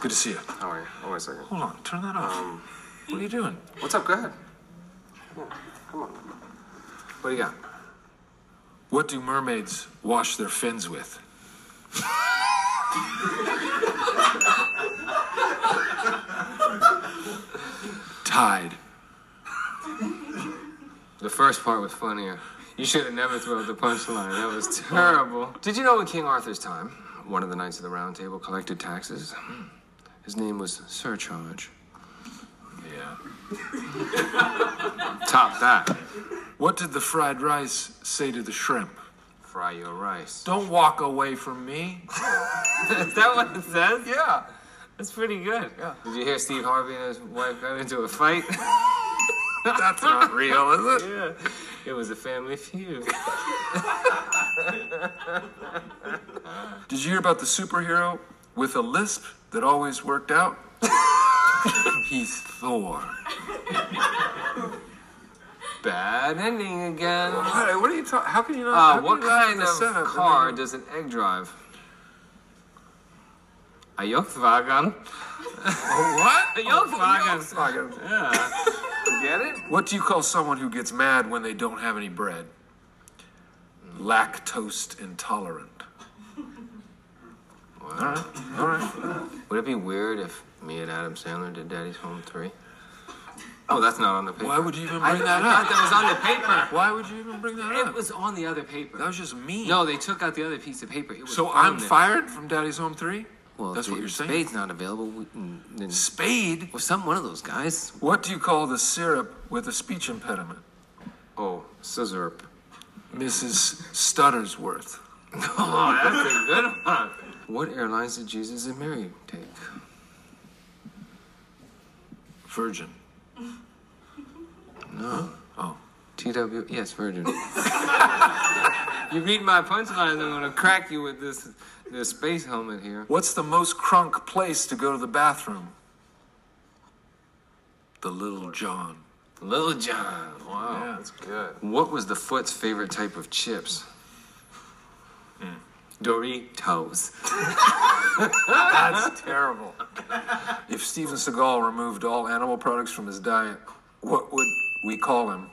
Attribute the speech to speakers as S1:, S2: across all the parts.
S1: Good to see you.
S2: How are you? Oh, wait a second.
S1: Hold on, turn that off.
S2: Um,
S1: what are you doing?
S2: What's up? Go ahead. Come on. Come on. What do you got?
S1: What do mermaids wash their fins with? Tide.
S2: The first part was funnier. You should have never thrown the punchline. That was terrible. Did you know in King Arthur's time, one of the knights of the Round Table collected taxes? Hmm. His name was Surcharge.
S1: Yeah.
S2: Top that.
S1: What did the fried rice say to the shrimp?
S2: Fry your rice.
S1: Don't walk away from me.
S2: Is that what it says?
S1: Yeah.
S2: That's pretty good.
S1: Yeah.
S2: Did you hear Steve Harvey and his wife got into a fight?
S1: That's not real, is it?
S2: yeah. It was a family feud.
S1: Did you hear about the superhero with a lisp that always worked out? He's Thor.
S2: Bad ending again.
S1: What, what are you talking? How can you
S2: Uh,
S1: how can
S2: what
S1: you not have
S2: kind
S1: the
S2: of
S1: setup and
S2: car
S1: then-
S2: does an egg drive? A Jokwagen.
S1: What?
S2: A Jokwagen.
S1: Volkswagen.
S2: Get it?
S1: What do you call someone who gets mad when they don't have any bread? Lactose intolerant.
S2: All right. All right. Would it be weird if me and Adam Sandler did Daddy's Home 3? Oh, that's not on the paper.
S1: Why would you even
S2: I,
S1: bring
S2: I
S1: that
S2: thought
S1: up?
S2: that was on the paper.
S1: Why would you even bring that
S2: It
S1: up?
S2: was on the other paper.
S1: That was just mean.
S2: No, they took out the other piece of paper. It was
S1: So
S2: on
S1: I'm
S2: there.
S1: fired from Daddy's Home 3?
S2: Well,
S1: That's
S2: if
S1: what
S2: the-
S1: you're
S2: if
S1: saying.
S2: Spade's not available. We, mm, then,
S1: Spade?
S2: well, some one of those guys.
S1: What do you call the syrup with a speech impediment?
S2: Oh, scissor.
S1: Mrs. Stuttersworth.
S2: Oh, that's a good one. What airlines did Jesus and Mary take?
S1: Virgin. Oh.
S2: TW, yes, Virgin. you read my punchlines, I'm gonna crack you with this this space helmet here.
S1: What's the most crunk place to go to the bathroom? The Little John.
S2: Little John, wow,
S1: Yeah.
S2: that's good. What was the Foot's favorite type of chips?
S1: Hmm.
S2: Doritos.
S1: That's terrible. If Steven Seagal removed all animal products from his diet, what would we call him?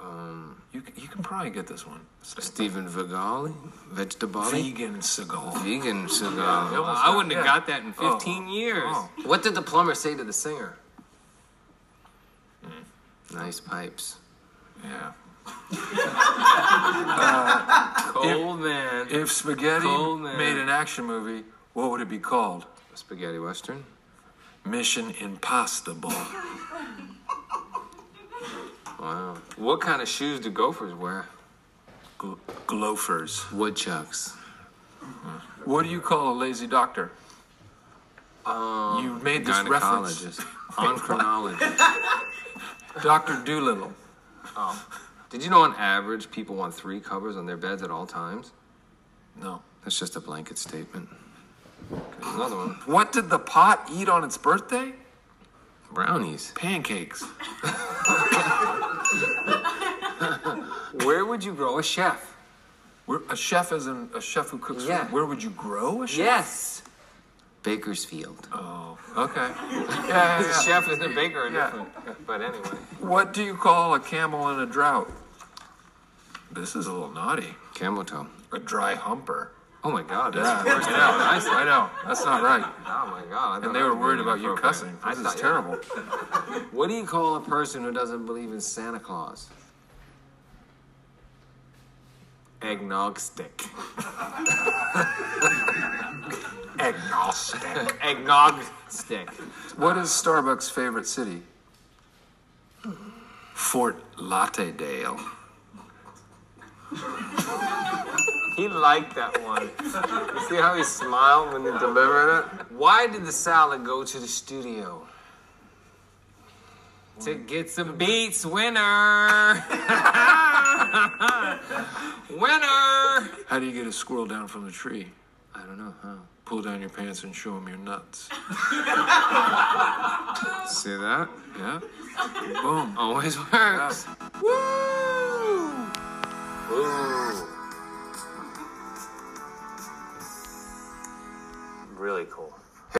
S1: Um, you, c- you can probably get this one.
S2: Stephen Vigali, vegetable.
S1: Vegan Seagal.
S2: Vegan Seagal.
S1: it was
S2: I wouldn't have
S1: yeah.
S2: got that in 15 years.
S1: Oh.
S2: What did the plumber say to the singer?
S1: Hmm.
S2: Nice pipes.
S1: Yeah.
S2: Cold man.
S1: If spaghetti
S2: Cool, man.
S1: made an action movie, what would it be called?
S2: Spaghetti Western.
S1: Mission Impossible.
S2: Wow. What kind of shoes do gophers wear?
S1: Gl- Glofers.
S2: Woodchucks.
S1: What do you call a lazy doctor? Um, you made this reference.
S2: Gynecologist. On chronology.
S1: Dr. Doolittle.
S2: Did you know on average people want three covers on their beds at all times?
S1: No.
S2: That's just a blanket statement. There's Another one.
S1: What did the pot eat on its birthday?
S2: Brownies.
S1: Pancakes.
S2: Where would you grow a chef?
S1: Where, a chef is in a chef who cooks
S2: Yeah.
S1: food. Where would you grow a chef?
S2: Yes. Bakersfield.
S1: Oh, okay. Yeah, yeah, yeah.
S2: chef is a baker or
S1: Yeah.
S2: different. But anyway.
S1: What do you call a camel in a drought? This is a little naughty.
S2: Camel toe.
S1: A dry humper.
S2: Oh my god. That's
S1: Yeah,
S2: the worst
S1: I
S2: thing.
S1: know. I know, I know. That's not right.
S2: Oh my god. I
S1: And they were worried about you cussing.
S2: I
S1: This is
S2: thought,
S1: terrible.
S2: What do you call a person who doesn't believe in Santa Claus? Eggnog stick.
S1: Agnostic.
S2: Eggnog stick.
S1: What is Starbucks' favorite city? Fort Lauderdale.
S2: He liked that one. You see how he smiled when he delivered it? Why did the salad go to the studio? To get some beats, winner! winner!
S1: How do you get a squirrel down from the tree?
S2: I don't know how.
S1: Pull down your pants and show him your nuts.
S2: See that?
S1: Yeah? Boom.
S2: Always works. Woo! Ooh. Really cool.